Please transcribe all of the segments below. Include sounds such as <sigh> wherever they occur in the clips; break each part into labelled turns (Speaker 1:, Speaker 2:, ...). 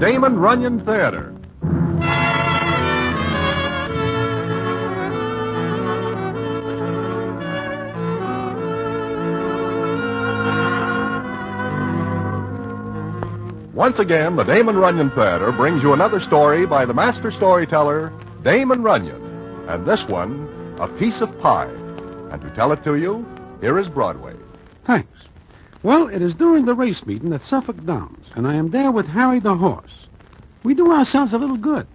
Speaker 1: Damon Runyon Theater. Once again, the Damon Runyon Theater brings you another story by the master storyteller, Damon Runyon, and this one, A Piece of Pie. And to tell it to you, here is Broadway.
Speaker 2: Thanks. Well, it is during the race meeting at Suffolk Downs, and I am there with Harry the horse. We do ourselves a little good.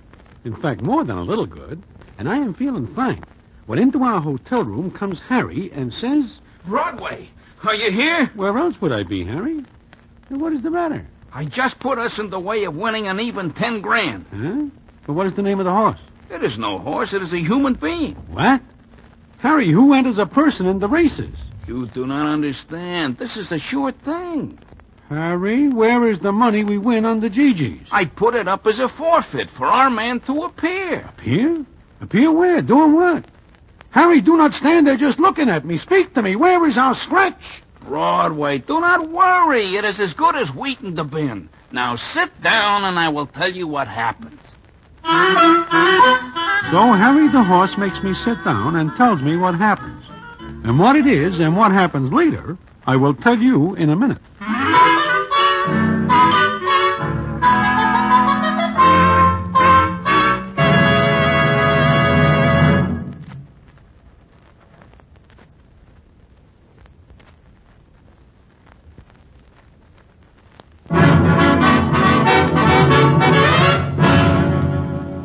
Speaker 2: In fact, more than a little good. And I am feeling fine. When into our hotel room comes Harry and says,
Speaker 3: Broadway, are you here?
Speaker 2: Where else would I be, Harry? And What is the matter?
Speaker 3: I just put us in the way of winning an even ten grand.
Speaker 2: Huh? But what is the name of the horse?
Speaker 3: It is no horse, it is a human being.
Speaker 2: What? Harry, who enters a person in the races?
Speaker 3: You do not understand. This is a sure thing.
Speaker 2: Harry, where is the money we win on the Gigi's?
Speaker 3: I put it up as a forfeit for our man to appear.
Speaker 2: Appear? Appear where? Doing what? Harry, do not stand there just looking at me. Speak to me. Where is our scratch?
Speaker 3: Broadway, do not worry. It is as good as wheaten the bin. Now sit down and I will tell you what happened.
Speaker 2: So Harry the horse makes me sit down and tells me what happens. And what it is and what happens later, I will tell you in a minute.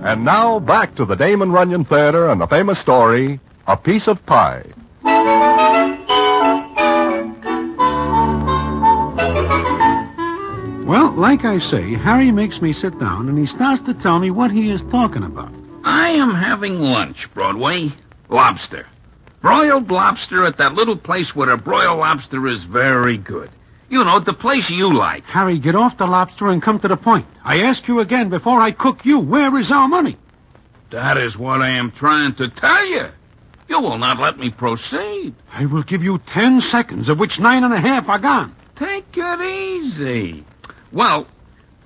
Speaker 1: And now back to the Damon Runyon Theater and the famous story, A Piece of Pie.
Speaker 2: Well, like I say, Harry makes me sit down and he starts to tell me what he is talking about.
Speaker 3: I am having lunch, Broadway. Lobster. Broiled lobster at that little place where a broiled lobster is very good. You know, the place you like.
Speaker 2: Harry, get off the lobster and come to the point. I ask you again before I cook you, where is our money?
Speaker 3: That is what I am trying to tell you. You will not let me proceed.
Speaker 2: I will give you ten seconds, of which nine and a half are gone.
Speaker 3: Take it easy. Well,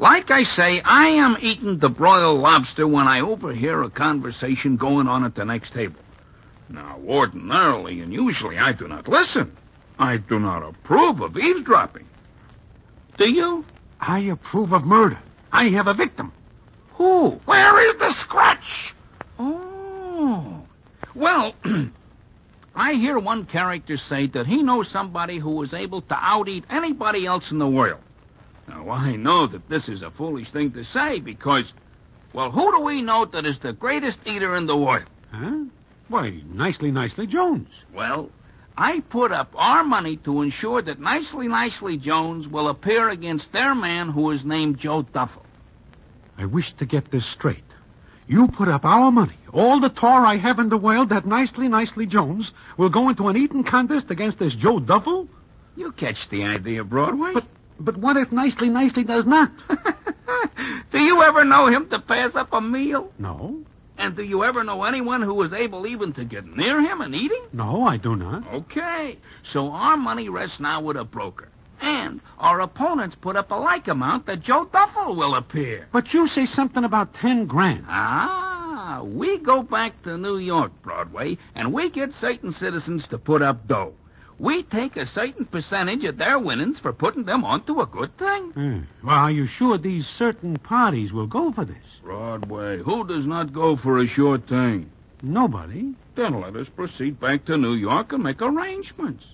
Speaker 3: like I say, I am eating the broiled lobster when I overhear a conversation going on at the next table. Now, ordinarily and usually I do not listen. I do not approve of eavesdropping. Do you?
Speaker 2: I approve of murder. I have a victim.
Speaker 3: Who? Where is the scratch? Oh. Well, <clears throat> I hear one character say that he knows somebody who is able to out-eat anybody else in the world. Now, I know that this is a foolish thing to say because, well, who do we know that is the greatest eater in the world?
Speaker 2: Huh? Why, nicely, nicely, Jones.
Speaker 3: Well, I put up our money to ensure that Nicely Nicely Jones will appear against their man who is named Joe Duffel.
Speaker 2: I wish to get this straight. You put up our money, all the tar I have in the world, that nicely, nicely Jones will go into an eating contest against this Joe Duffel?
Speaker 3: You catch the idea, Broadway.
Speaker 2: But, but what if nicely, nicely does not?
Speaker 3: do you ever know him to pass up a meal?
Speaker 2: no,
Speaker 3: And do you ever know anyone who was able even to get near him and eat him?
Speaker 2: no, I do not.
Speaker 3: Okay. So our money rests now with a broker. And our opponents put up a like amount that Joe Duffel will appear.
Speaker 2: But you say something about ten grand.
Speaker 3: Ah, we go back to New York, Broadway, and we get certain citizens to put up dough. We take a certain percentage of their winnings for putting them onto a good thing.
Speaker 2: Hmm. Well, are you sure these certain parties will go for this?
Speaker 3: Broadway, who does not go for a sure thing?
Speaker 2: Nobody.
Speaker 3: Then let us proceed back to New York and make arrangements.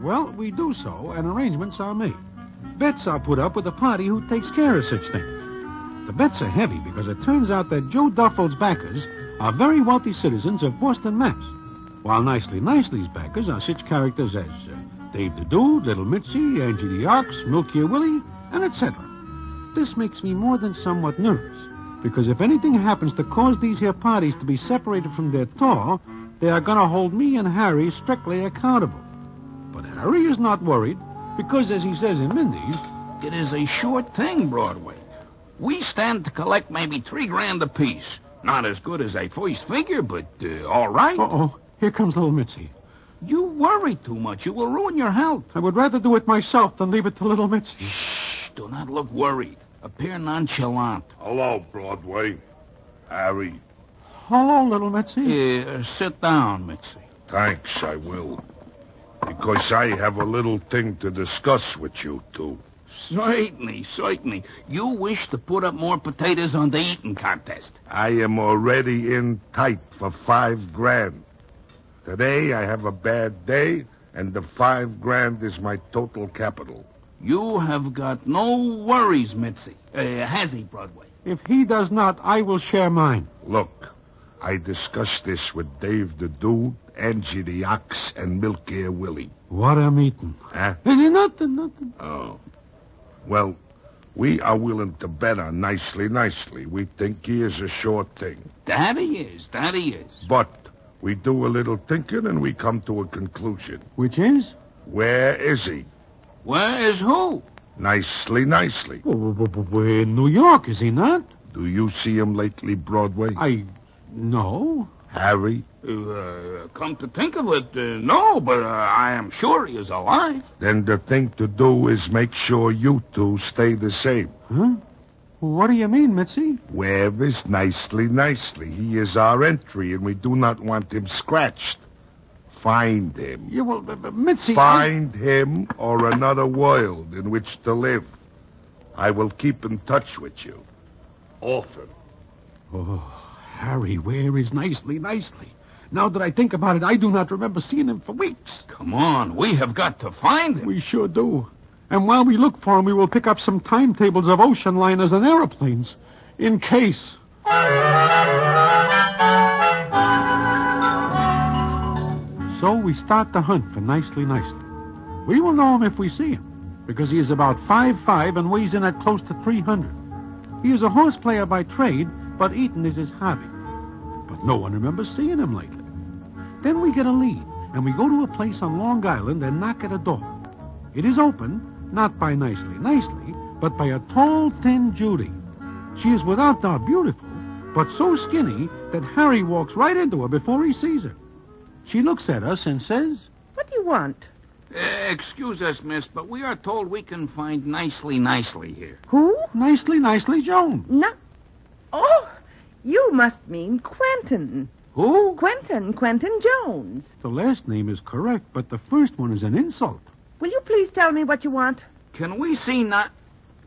Speaker 2: Well, we do so, and arrangements are made. Bets are put up with a party who takes care of such things. The bets are heavy because it turns out that Joe Duffel's backers are very wealthy citizens of Boston, Mass. While Nicely Nicely's backers are such characters as uh, Dave the Dude, Little Mitzi, Angie the Ox, Milky Willie, and etc. This makes me more than somewhat nervous because if anything happens to cause these here parties to be separated from their tour, they are going to hold me and Harry strictly accountable. But Harry is not worried, because as he says in Mindy's,
Speaker 3: It is a sure thing, Broadway. We stand to collect maybe three grand apiece. Not as good as a first figure, but uh, all right.
Speaker 2: uh oh, here comes little Mitzi.
Speaker 3: You worry too much. You will ruin your health.
Speaker 2: I would rather do it myself than leave it to little Mitzi.
Speaker 3: Shh, do not look worried. Appear nonchalant.
Speaker 4: Hello, Broadway. Harry.
Speaker 2: Hello, little Mitzi.
Speaker 3: Here, Uh, sit down, Mitzi.
Speaker 4: Thanks, I will. Because I have a little thing to discuss with you two.
Speaker 3: Certainly, certainly. You wish to put up more potatoes on the eating contest.
Speaker 4: I am already in tight for five grand. Today I have a bad day, and the five grand is my total capital.
Speaker 3: You have got no worries, Mitzi. Uh, has he, Broadway?
Speaker 2: If he does not, I will share mine.
Speaker 4: Look, I discussed this with Dave the Dude, Angie the Ox, and Milk Air Willie.
Speaker 2: What I'm eating.
Speaker 4: Huh?
Speaker 2: Eh, Nothing, nothing.
Speaker 4: Oh. Well, we are willing to bet on nicely, nicely. We think he is a sure thing.
Speaker 3: That he is. That he is.
Speaker 4: But we do a little thinking and we come to a conclusion.
Speaker 2: Which is?
Speaker 4: Where is he?
Speaker 3: Where is who?
Speaker 4: Nicely, nicely.
Speaker 2: W- w- w- We're in New York, is he not?
Speaker 4: Do you see him lately, Broadway?
Speaker 2: I. No.
Speaker 4: Harry?
Speaker 3: Uh, come to think of it, uh, no, but uh, I am sure he is alive.
Speaker 4: Then the thing to do is make sure you two stay the same.
Speaker 2: Huh? What do you mean, Mitzi?
Speaker 4: Where is nicely, nicely? He is our entry, and we do not want him scratched. Find him.
Speaker 2: You will. b- b- Mitzi. I-
Speaker 4: Find him or another world in which to live. I will keep in touch with you. Often.
Speaker 2: Oh, Harry, where is nicely, nicely? Now that I think about it, I do not remember seeing him for weeks.
Speaker 3: Come on, we have got to find him.
Speaker 2: We sure do. And while we look for him, we will pick up some timetables of ocean liners and aeroplanes. In case. So we start the hunt for Nicely Nicely. We will know him if we see him, because he is about five five and weighs in at close to 300. He is a horse player by trade, but eating is his hobby. But no one remembers seeing him lately. Then we get a lead, and we go to a place on Long Island and knock at a door. It is open, not by nicely, nicely, but by a tall, thin Judy. She is without doubt beautiful, but so skinny that Harry walks right into her before he sees her. She looks at us and says,
Speaker 5: What do you want?
Speaker 3: Uh, excuse us, miss, but we are told we can find nicely, nicely here.
Speaker 5: Who?
Speaker 2: Nicely, nicely, Joan.
Speaker 5: No. Oh, you must mean Quentin.
Speaker 3: Who?
Speaker 5: Quentin, Quentin Jones.
Speaker 2: The last name is correct, but the first one is an insult.
Speaker 5: Will you please tell me what you want?
Speaker 3: Can we see not.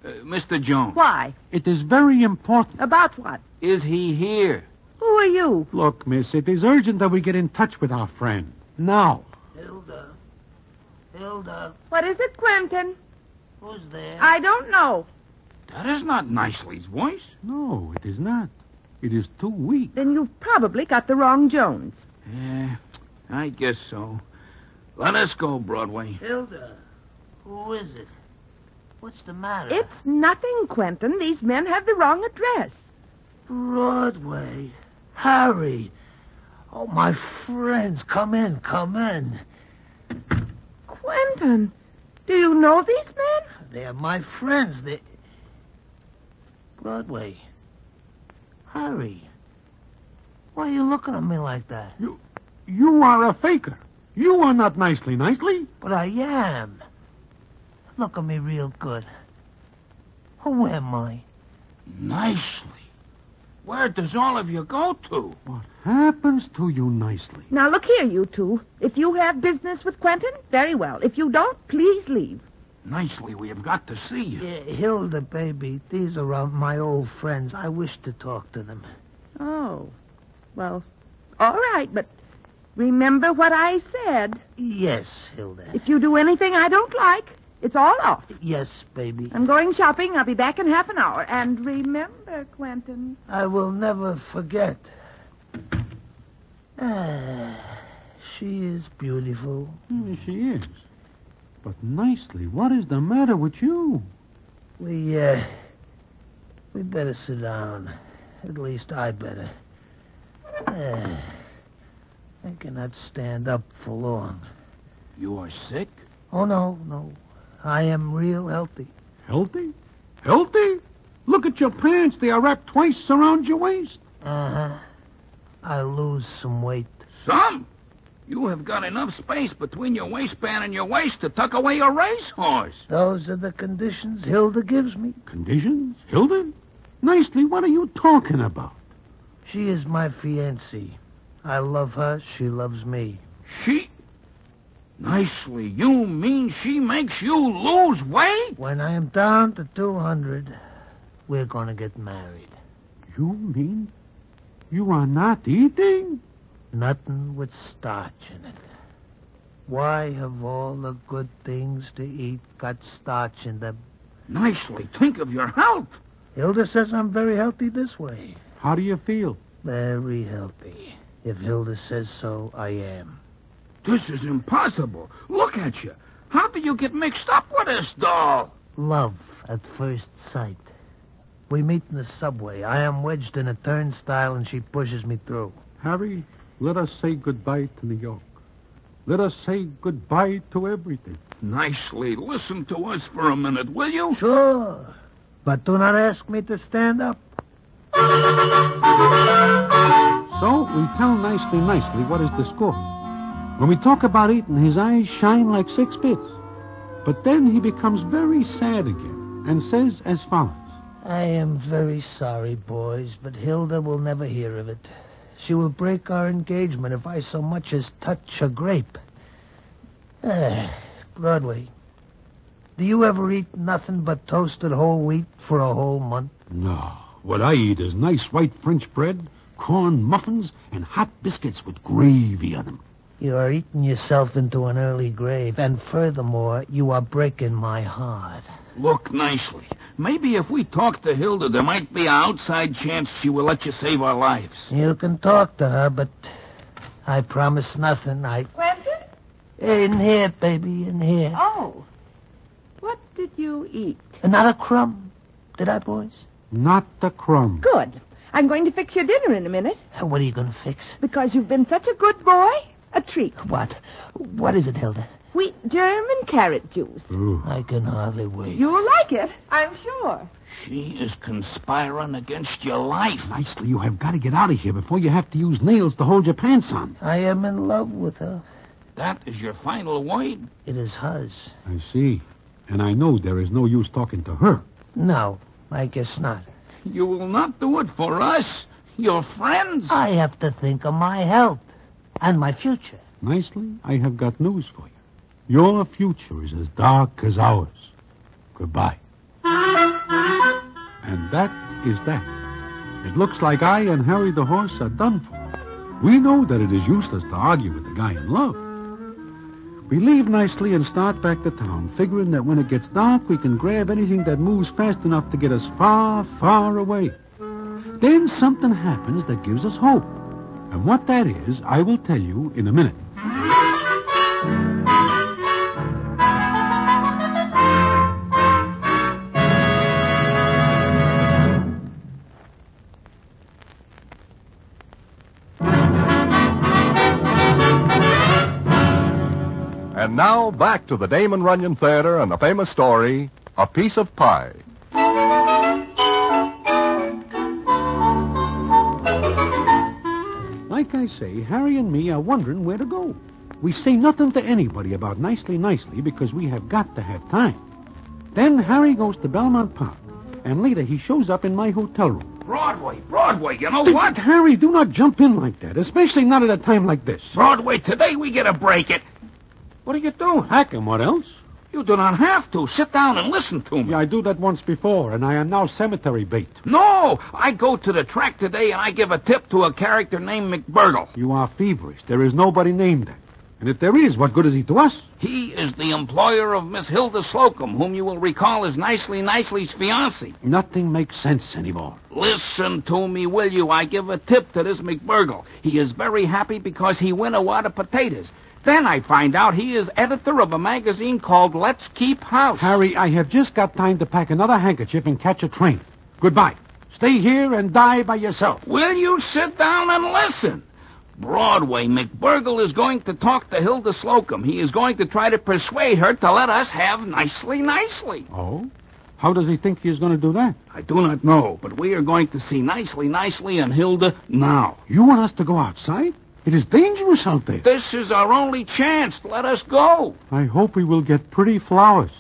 Speaker 3: Uh, Mr. Jones?
Speaker 5: Why?
Speaker 2: It is very important.
Speaker 5: About what?
Speaker 3: Is he here?
Speaker 5: Who are you?
Speaker 2: Look, miss, it is urgent that we get in touch with our friend. Now.
Speaker 6: Hilda. Hilda,
Speaker 5: What is it, Quentin?
Speaker 6: who's there?
Speaker 5: I don't know.
Speaker 3: That is not nicely's voice.
Speaker 2: No, it is not. It is too weak.
Speaker 5: Then you've probably got the wrong Jones.
Speaker 3: Yeah, I guess so. Let us go, Broadway.
Speaker 6: Hilda, who is it? What's the matter?
Speaker 5: It's nothing, Quentin. These men have the wrong address.
Speaker 6: Broadway. Harry. Oh, my friends, come in, come in.
Speaker 5: Quentin, do you know these men?
Speaker 6: They're my friends. They. Broadway. Harry. Why are you looking at me like that?
Speaker 2: You are a faker. You are not nicely, nicely.
Speaker 6: But I am. Look at me real good. Who am I?
Speaker 3: Nicely? Where does all of you go to?
Speaker 2: What happens to you nicely?
Speaker 5: Now, look here, you two. If you have business with Quentin, very well. If you don't, please leave.
Speaker 3: Nicely, we have got to see you.
Speaker 6: Yeah, Hilda, baby, these are uh, my old friends. I wish to talk to them.
Speaker 5: Oh. Well, all right, but remember what I said.
Speaker 6: Yes, Hilda.
Speaker 5: If you do anything I don't like, it's all off.
Speaker 6: Yes, baby.
Speaker 5: I'm going shopping. I'll be back in half an hour. And remember, Quentin.
Speaker 6: I will never forget. Ah, she is beautiful.
Speaker 2: Hmm, she is. But nicely, what is the matter with you?
Speaker 6: We, uh, we better sit down. At least I better. Ah, I cannot stand up for long.
Speaker 3: You are sick?
Speaker 6: Oh, no, no. I am real healthy.
Speaker 2: Healthy? Healthy? Look at your pants. They are wrapped twice around your waist.
Speaker 6: Uh huh. I lose some weight.
Speaker 3: Some? You have got enough space between your waistband and your waist to tuck away a racehorse.
Speaker 6: Those are the conditions Hilda gives me.
Speaker 2: Conditions? Hilda? Nicely, what are you talking about?
Speaker 6: She is my fiancée. I love her. She loves me.
Speaker 3: She. Nicely, you mean she makes you lose weight?
Speaker 6: When I am down to 200, we're going to get married.
Speaker 2: You mean you are not eating?
Speaker 6: Nothing with starch in it. Why have all the good things to eat got starch in them?
Speaker 3: Nicely, think of your health.
Speaker 6: Hilda says I'm very healthy this way.
Speaker 2: How do you feel?
Speaker 6: Very healthy. If Hilda says so, I am.
Speaker 3: This is impossible. Look at you. How do you get mixed up with this doll?
Speaker 6: Love at first sight. We meet in the subway. I am wedged in a turnstile and she pushes me through.
Speaker 2: Harry, let us say goodbye to New York. Let us say goodbye to everything.
Speaker 3: Nicely, listen to us for a minute, will you?
Speaker 6: Sure. But do not ask me to stand up.
Speaker 2: So we tell Nicely Nicely what is the score. When we talk about eating, his eyes shine like six bits. But then he becomes very sad again and says as follows.
Speaker 6: I am very sorry, boys, but Hilda will never hear of it. She will break our engagement if I so much as touch a grape. Ah, Broadway, do you ever eat nothing but toasted whole wheat for a whole month?
Speaker 2: No, what I eat is nice white French bread, corn muffins, and hot biscuits with gravy on them.
Speaker 6: You are eating yourself into an early grave, and furthermore, you are breaking my heart.
Speaker 3: Look nicely. Maybe if we talk to Hilda, there might be an outside chance she will let you save our lives.
Speaker 6: You can talk to her, but I promise nothing. I.
Speaker 5: Quentin?
Speaker 6: In here, baby, in here.
Speaker 5: Oh. What did you eat?
Speaker 6: And not a crumb. Did I, boys?
Speaker 2: Not the crumb.
Speaker 5: Good. I'm going to fix your dinner in a minute
Speaker 6: What are you going to fix?
Speaker 5: because you've been such a good boy. A treat.
Speaker 6: What? What is it, Hilda?
Speaker 5: Wheat German carrot juice.
Speaker 2: Ooh.
Speaker 6: I can hardly wait.
Speaker 5: You'll like it, I'm sure.
Speaker 3: She is conspiring against your life.
Speaker 2: Nicely, you have got to get out of here before you have to use nails to hold your pants on.
Speaker 6: I am in love with her.
Speaker 3: That is your final word?
Speaker 6: It is hers.
Speaker 2: I see. And I know there is no use talking to her.
Speaker 6: No, I guess not.
Speaker 3: You will not do it for us, your friends.
Speaker 6: I have to think of my health and my future.
Speaker 2: Nicely, I have got news for you. Your future is as dark as ours. Goodbye. And that is that. It looks like I and Harry the horse are done for. We know that it is useless to argue with the guy in love. We leave nicely and start back to town, figuring that when it gets dark, we can grab anything that moves fast enough to get us far, far away. Then something happens that gives us hope. And what that is, I will tell you in a minute.
Speaker 1: And now back to the Damon Runyon Theater and the famous story, A Piece of Pie.
Speaker 2: Like I say, Harry and me are wondering where to go. We say nothing to anybody about Nicely Nicely because we have got to have time. Then Harry goes to Belmont Park, and later he shows up in my hotel room.
Speaker 3: Broadway, Broadway, you know what?
Speaker 2: Harry, do not jump in like that, especially not at a time like this.
Speaker 3: Broadway, today we get to break it.
Speaker 2: What do you do? Hack him, what else?
Speaker 3: You do not have to. Sit down and listen to me.
Speaker 2: Yeah, I do that once before, and I am now cemetery bait.
Speaker 3: No, I go to the track today and I give a tip to a character named McBurgle.
Speaker 2: You are feverish. There is nobody named that. And if there is, what good is he to us?
Speaker 3: He is the employer of Miss Hilda Slocum, whom you will recall as Nicely Nicely's fiancée.
Speaker 2: Nothing makes sense anymore.
Speaker 3: Listen to me, will you? I give a tip to this McBurgle. He is very happy because he win a wad of potatoes. Then I find out he is editor of a magazine called Let's Keep House.
Speaker 2: Harry, I have just got time to pack another handkerchief and catch a train. Goodbye. Stay here and die by yourself.
Speaker 3: Will you sit down and listen? Broadway, McBurgle is going to talk to Hilda Slocum. He is going to try to persuade her to let us have Nicely Nicely.
Speaker 2: Oh? How does he think he is going to do that?
Speaker 3: I do not know, but we are going to see Nicely Nicely and Hilda now.
Speaker 2: You want us to go outside? It is dangerous out there.
Speaker 3: This is our only chance. Let us go.
Speaker 2: I hope we will get pretty flowers.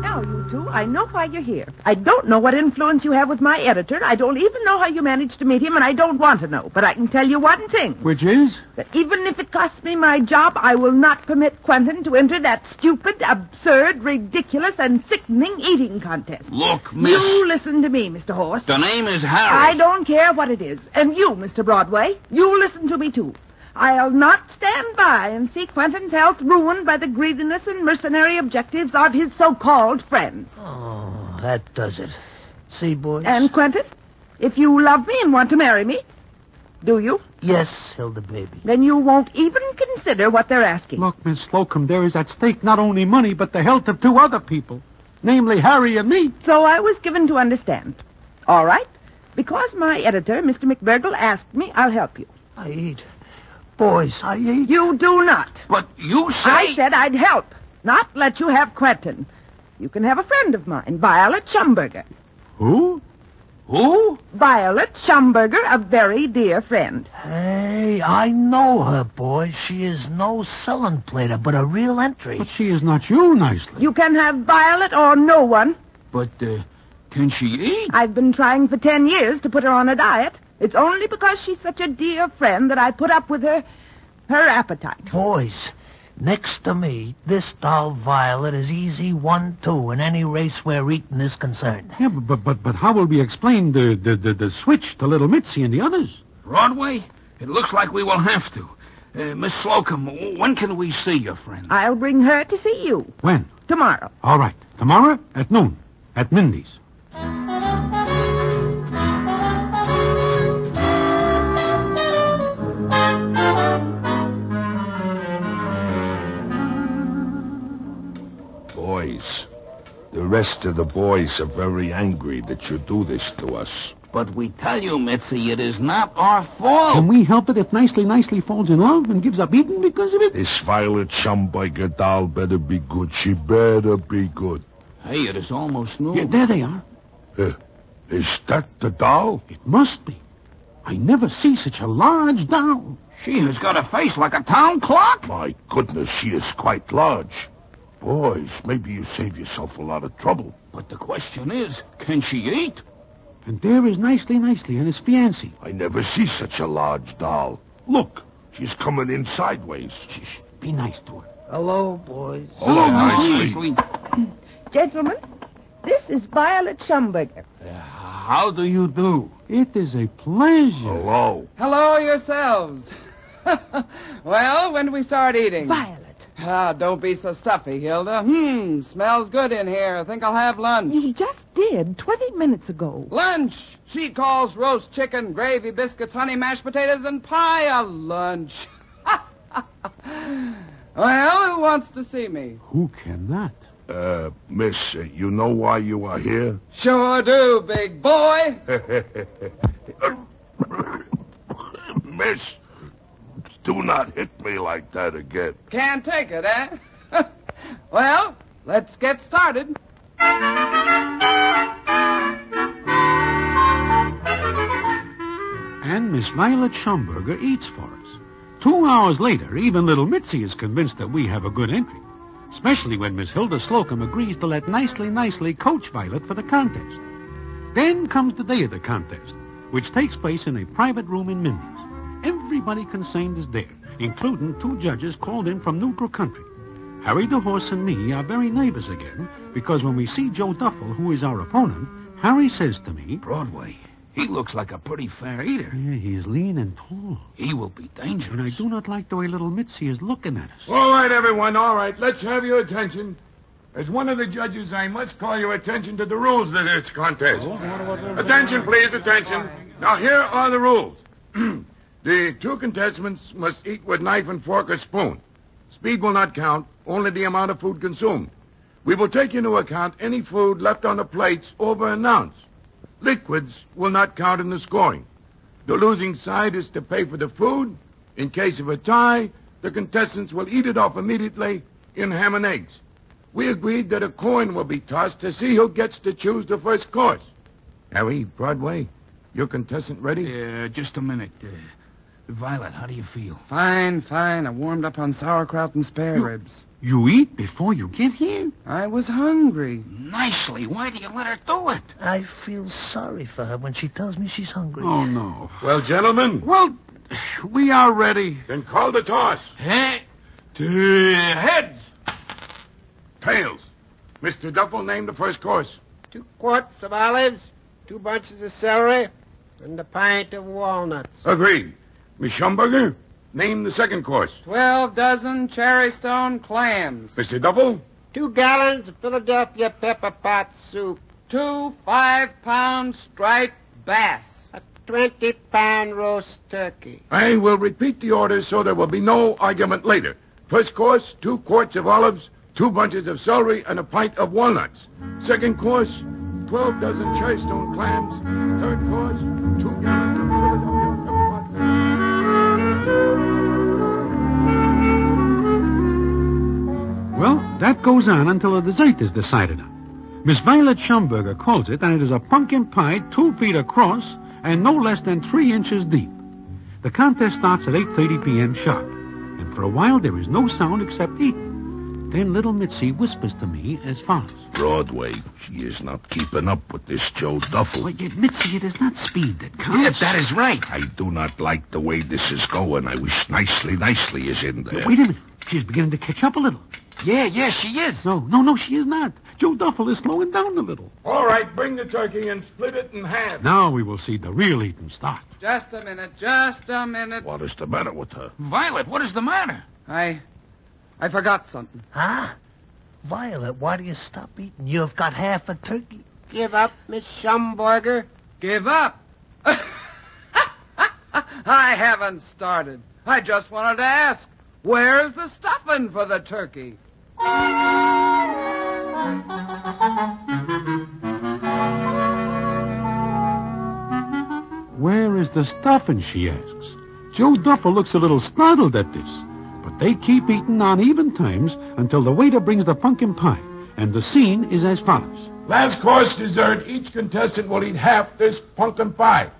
Speaker 5: Now, you two, I know why you're here. I don't know what influence you have with my editor. I don't even know how you managed to meet him, and I don't want to know. But I can tell you one thing
Speaker 2: Which is?
Speaker 5: that even if it costs me my job, I will not permit Quentin to enter that stupid, absurd, ridiculous, and sickening eating contest.
Speaker 3: Look, miss.
Speaker 5: You listen to me, Mr. Horse.
Speaker 3: The name is Harry.
Speaker 5: I don't care what it is. And you, Mr. Broadway, you listen to me, too. I'll not stand by and see Quentin's health ruined by the greediness and mercenary objectives of his so-called friends.
Speaker 6: Oh, that does it. See, boys?
Speaker 5: And, Quentin, if you love me and want to marry me, do you?
Speaker 6: Yes, Hilda, baby.
Speaker 5: Then you won't even consider what they're asking.
Speaker 2: Look, Miss Slocum, there is at stake not only money, but the health of two other people, namely Harry and me.
Speaker 5: So I was given to understand. All right. Because my editor, Mr. McBurgle, asked me, I'll help you.
Speaker 6: I eat. Boys, I eat.
Speaker 5: You do not.
Speaker 3: But you say.
Speaker 5: I said I'd help, not let you have Quentin. You can have a friend of mine, Violet Schumberger.
Speaker 2: Who?
Speaker 3: Who?
Speaker 5: Violet Schumberger, a very dear friend.
Speaker 6: Hey, I know her, boys. She is no selling plater, but a real entry.
Speaker 2: But she is not you, nicely.
Speaker 5: You can have Violet or no one.
Speaker 3: But uh, can she eat?
Speaker 5: I've been trying for ten years to put her on a diet. It's only because she's such a dear friend that I put up with her her appetite.
Speaker 6: Boys, next to me, this doll Violet is easy one-two in any race where eating is concerned.
Speaker 2: Yeah, but, but, but, but how will we explain the, the, the, the switch to Little Mitzi and the others?
Speaker 3: Broadway? It looks like we will have to. Uh, Miss Slocum, w- when can we see your friend?
Speaker 5: I'll bring her to see you
Speaker 2: When?
Speaker 5: tomorrow.
Speaker 2: All right. Tomorrow at noon at Mindy's.
Speaker 4: Boys, the rest of the boys are very angry that you do this to us.
Speaker 3: But we tell you, Mitzi, it is not our fault.
Speaker 2: Can we help it if Nicely Nicely falls in love and gives up eating because of it?
Speaker 4: This Violet Schumberger doll better be good. She better be good.
Speaker 3: Hey, it is almost
Speaker 2: Yeah,
Speaker 3: noon.
Speaker 2: there they are.
Speaker 4: Eh, is that the doll?
Speaker 2: It must be. I never see such a large doll.
Speaker 3: She has got a face like a town clock.
Speaker 4: My goodness, she is quite large. Boys, maybe you save yourself a lot of trouble.
Speaker 3: But the question is, can she eat?
Speaker 2: And there is Nicely Nicely and his fiancée.
Speaker 4: I never see such a large doll. Look, she's coming in sideways. Shh.
Speaker 2: Be nice to her.
Speaker 6: Hello, boys.
Speaker 4: Hello,
Speaker 3: Uh,
Speaker 4: nicely.
Speaker 3: Nicely.
Speaker 5: <clears throat> Gentlemen, this is Violet Schumberger.
Speaker 3: Uh, how do you do?
Speaker 2: It is a pleasure.
Speaker 4: Hello.
Speaker 7: Hello yourselves. <laughs> well, when do we start eating?
Speaker 5: Violet,
Speaker 7: Ah, don't be so stuffy, Hilda. Hmm, smells good in here. I think I'll have lunch.
Speaker 5: you just did 20 minutes ago.
Speaker 7: lunch! She calls roast chicken, gravy, biscuits, honey, mashed potatoes, and pie a lunch. <laughs> well, who wants to see me?
Speaker 2: Who cannot?
Speaker 4: Uh, miss, uh, you know why you are here?
Speaker 7: Sure do, big boy.
Speaker 4: <laughs> miss, do not hit me like that again.
Speaker 7: Can't take it, eh? <laughs> well, let's get started.
Speaker 2: And Miss Violet Schumberger eats for us. Two hours later, even little Mitzi is convinced that we have a good entry. Especially when Miss Hilda Slocum agrees to let Nicely Nicely coach Violet for the contest. Then comes the day of the contest, which takes place in a private room in Mindy's. Everybody concerned is there, including two judges called in from neutral country. Harry the horse and me are very neighbors again, because when we see Joe Duffel, who is our opponent, Harry says to me,
Speaker 3: Broadway. He looks like a pretty fair eater.
Speaker 2: yeah, he is lean and tall.
Speaker 3: He will be dangerous.
Speaker 2: And I do not like the way little Mitzi is looking at us.
Speaker 8: All right, everyone, all right. Let's have your attention. As one of the judges, I must call your attention to the rules of this contest. attention, please, attention. Now, here are the rules. <clears throat> the two contestants must eat with knife and fork or spoon. Speed will not count, only the amount of food consumed. We will take into account any food left on the plates over an ounce. Liquids will not count in the scoring. The losing side is to pay for the food. In case of a tie, the contestants will eat it off immediately in ham and eggs. We agreed that a coin will be tossed to see who gets to choose the first course. Harry, Broadway, your contestant ready?
Speaker 3: Uh, just a minute. Uh, Violet, how do you feel?
Speaker 7: Fine, fine. I warmed up on sauerkraut and spare ribs.
Speaker 2: You eat before you get here?
Speaker 7: I was hungry.
Speaker 3: Nicely. Why do you let her do it?
Speaker 6: I feel sorry for her when she tells me she's hungry.
Speaker 2: Oh, no.
Speaker 8: Well, gentlemen,
Speaker 2: Well, we are ready.
Speaker 8: then call the toss.
Speaker 3: Hey, t- heads.
Speaker 8: Tails. Mr. Duffel, name the first course.
Speaker 9: Two quarts of olives, two bunches of celery, and a pint of walnuts.
Speaker 8: Agreed. Miss Schumberger, name the second course.
Speaker 7: Twelve dozen cherry stone clams.
Speaker 8: Mr. Duffel,
Speaker 9: Two gallons of Philadelphia pepper pot soup.
Speaker 7: Two five pound striped bass.
Speaker 9: A 20 pound roast turkey.
Speaker 8: I will repeat the order so there will be no argument later. First course, two quarts of olives, two bunches of celery, and a pint of walnuts. Second course, twelve dozen cherrystone clams. Third course, two gallons of Philadelphia pepper pot.
Speaker 2: Well, that goes on until a dessert is decided on. Miss Violet Schumberger calls it, and it is a pumpkin pie two feet across and no less than three inches deep. The contest starts at 8.30 p.m. sharp, and for a while there is no sound except eat. Then little Mitzi whispers to me as follows.
Speaker 4: Broadway, she is not keeping up with this Joe Duffel.
Speaker 2: yet, Mitzi, it is not speed that
Speaker 3: Yeah, that is right.
Speaker 4: I do not like the way this is going. I wish Nicely Nicely is in there.
Speaker 2: Wait a minute. She's beginning to catch up a little.
Speaker 3: Yeah, yeah, she is.
Speaker 2: No, no, no, she is not. Joe Duffel is slowing down a little.
Speaker 8: All right, bring the turkey and split it in half.
Speaker 2: Now we will see the real eating start.
Speaker 7: Just a minute, just a minute.
Speaker 4: What is the matter with her?
Speaker 3: Violet, what is the matter?
Speaker 7: I. I forgot something.
Speaker 6: Huh? Ah, Violet, why do you stop eating? You've got half a turkey.
Speaker 9: Give up, Miss Schumberger.
Speaker 7: Give up. <laughs> I haven't started. I just wanted to ask where's the stuffing for the turkey?
Speaker 2: Where is the stuffing, she asks. Joe Duffel looks a little startled at this, but they keep eating on even times until the waiter brings the pumpkin pie, and the scene is as follows.
Speaker 8: Last course dessert, each contestant will eat half this pumpkin pie.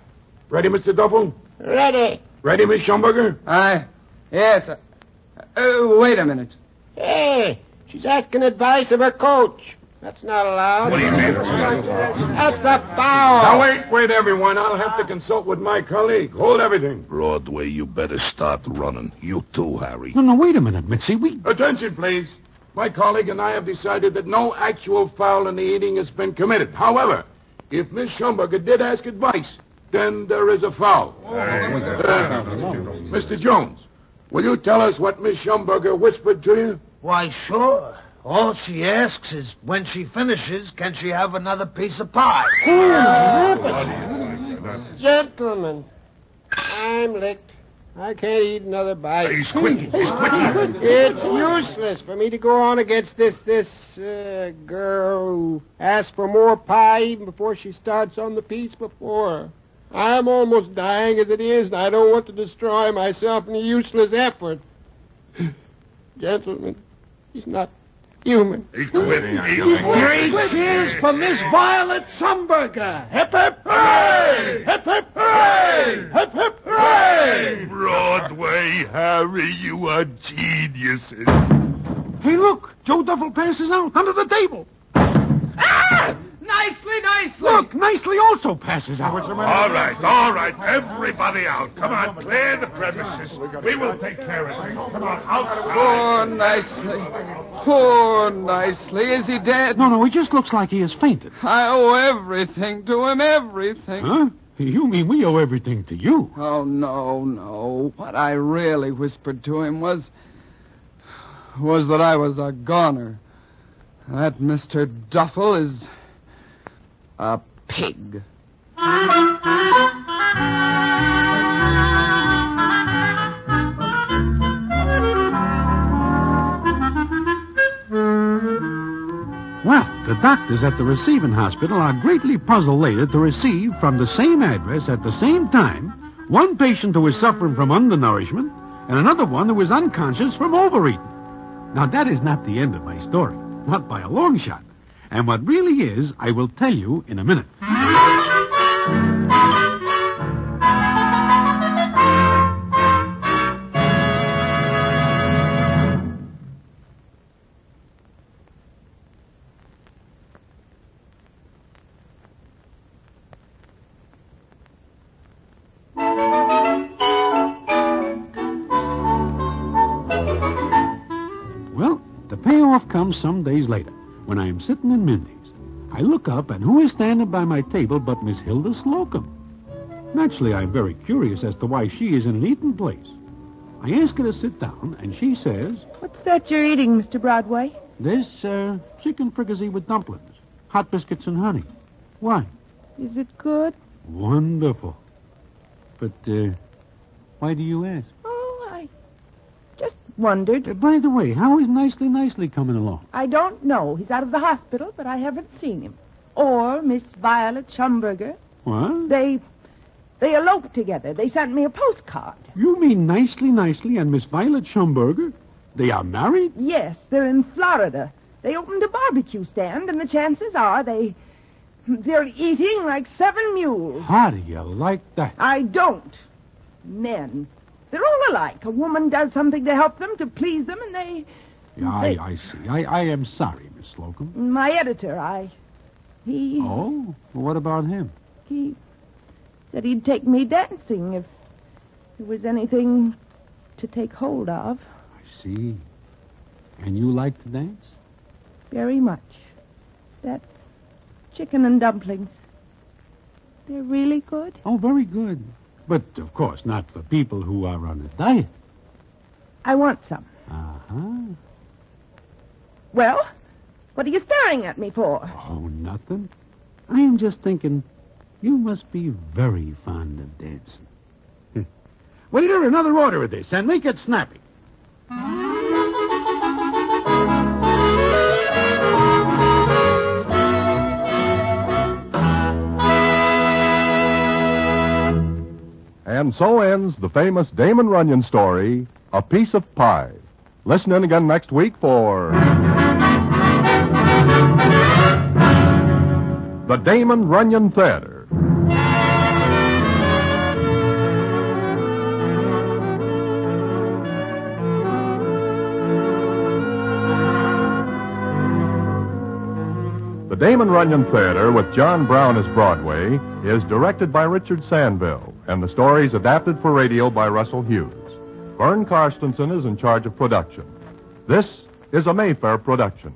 Speaker 8: Ready, Mr. Duffel?
Speaker 9: Ready.
Speaker 8: Ready, Miss Schumberger?
Speaker 7: I. Yes. Uh, uh, wait a minute.
Speaker 9: Hey, she's asking advice of her coach. That's not allowed.
Speaker 8: do you mean?
Speaker 9: That's a
Speaker 8: Now,
Speaker 9: foul.
Speaker 8: wait, wait, everyone. I'll have to consult with my colleague. Hold everything.
Speaker 4: Broadway, you better start running. You too, Harry.
Speaker 2: No, no, wait a minute, Mitzi. We.
Speaker 8: Attention, please. My colleague and I have decided that no actual foul in the eating has been committed. However, if Miss Schumberger did ask advice, then there is a foul. Uh, Mr. Jones, will you tell us what Miss Schumberger whispered to you?
Speaker 6: Why, sure. All she asks is, when she finishes, can she have another piece of pie?
Speaker 9: Gentlemen, I'm licked. I can't eat another bite.
Speaker 4: He's quick. He's quick.
Speaker 9: It's useless for me to go on against this this uh, girl who asks for more pie even before she starts on the piece before. I'm almost dying as it is, and I don't want to destroy myself in a useless effort. Gentlemen, he's not human.
Speaker 4: He's quick. He's quick.
Speaker 2: cheers for Miss Violet Schumberger. Hip hip hooray! Hip hip hooray! Hip hip hooray!
Speaker 4: Broadway, Harry, you are geniuses.
Speaker 2: Hey, look, Joe Duffel passes out under the table.
Speaker 7: Nicely, nicely.
Speaker 2: Look, nicely also passes out.
Speaker 4: All right, all right, everybody out. Come on, clear the premises. We will take care of things. Come on,
Speaker 7: Oh,
Speaker 4: outside.
Speaker 7: nicely. Oh, nicely. Is he dead?
Speaker 2: No, no, he just looks like he has fainted.
Speaker 7: I owe everything to him, everything.
Speaker 2: Huh? You mean we owe everything to you?
Speaker 7: Oh, no, no. What I really whispered to him was. was that I was a goner. That Mr. Duffel is. a pig.
Speaker 2: Well, the doctors at the receiving hospital are greatly puzzled later to receive from the same address at the same time one patient who is suffering from undernourishment and another one who is unconscious from overeating. Now, that is not the end of my story, not by a long shot. And what really is, I will tell you in a minute. Well, the payoff comes some days later when I am sitting in Mindy's. I look up, and who is standing by my table but Miss Hilda Slocum? Naturally, I'm very curious as to why she isn't an eating place. I ask her to sit down, and she says,
Speaker 5: What's that you're eating, Mr. Broadway?
Speaker 2: This uh, chicken fricassee with dumplings, hot biscuits, and honey. Why?
Speaker 5: Is it good?
Speaker 2: Wonderful. But uh, why do you ask?
Speaker 5: Oh, I just wondered.
Speaker 2: Uh, by the way, how is Nicely Nicely coming along?
Speaker 5: I don't know. He's out of the hospital, but I haven't seen him. Or Miss Violet Schumberger.
Speaker 2: What?
Speaker 5: They they eloped together. They sent me a postcard.
Speaker 2: You mean Nicely Nicely and Miss Violet Schumberger? They are married?
Speaker 5: Yes, they're in Florida. They opened a barbecue stand, and the chances are they they're eating like seven mules.
Speaker 2: How do you like that?
Speaker 5: I don't. Men. They're all alike. A woman does something to help them, to please them, and they
Speaker 2: Yeah, I, I see. I, I am sorry, Miss Slocum.
Speaker 5: my editor, I he
Speaker 2: Oh? Well, what about him?
Speaker 5: he said he'd take me dancing if there was anything to take hold of.
Speaker 2: I see. And you like to dance?
Speaker 5: Very much. That chicken and dumplings. They're really good.
Speaker 2: Oh, very good. But, of course, not for people who are on a diet.
Speaker 5: I want some.
Speaker 2: Uh-huh.
Speaker 5: Well, what are you staring at me for?
Speaker 2: Oh, nothing. I am just thinking, you must be very fond of dancing. <laughs> Waiter, another order of this, and make it snappy.
Speaker 1: And so ends the famous Damon Runyon story, A Piece of Pie. Listen in again next week for. The Damon Runyon Theater. The Damon Runyon Theater with John Brown as Broadway is directed by Richard Sandville, and the story is adapted for radio by Russell Hughes. Vern Karstensen is in charge of production. This is a Mayfair production.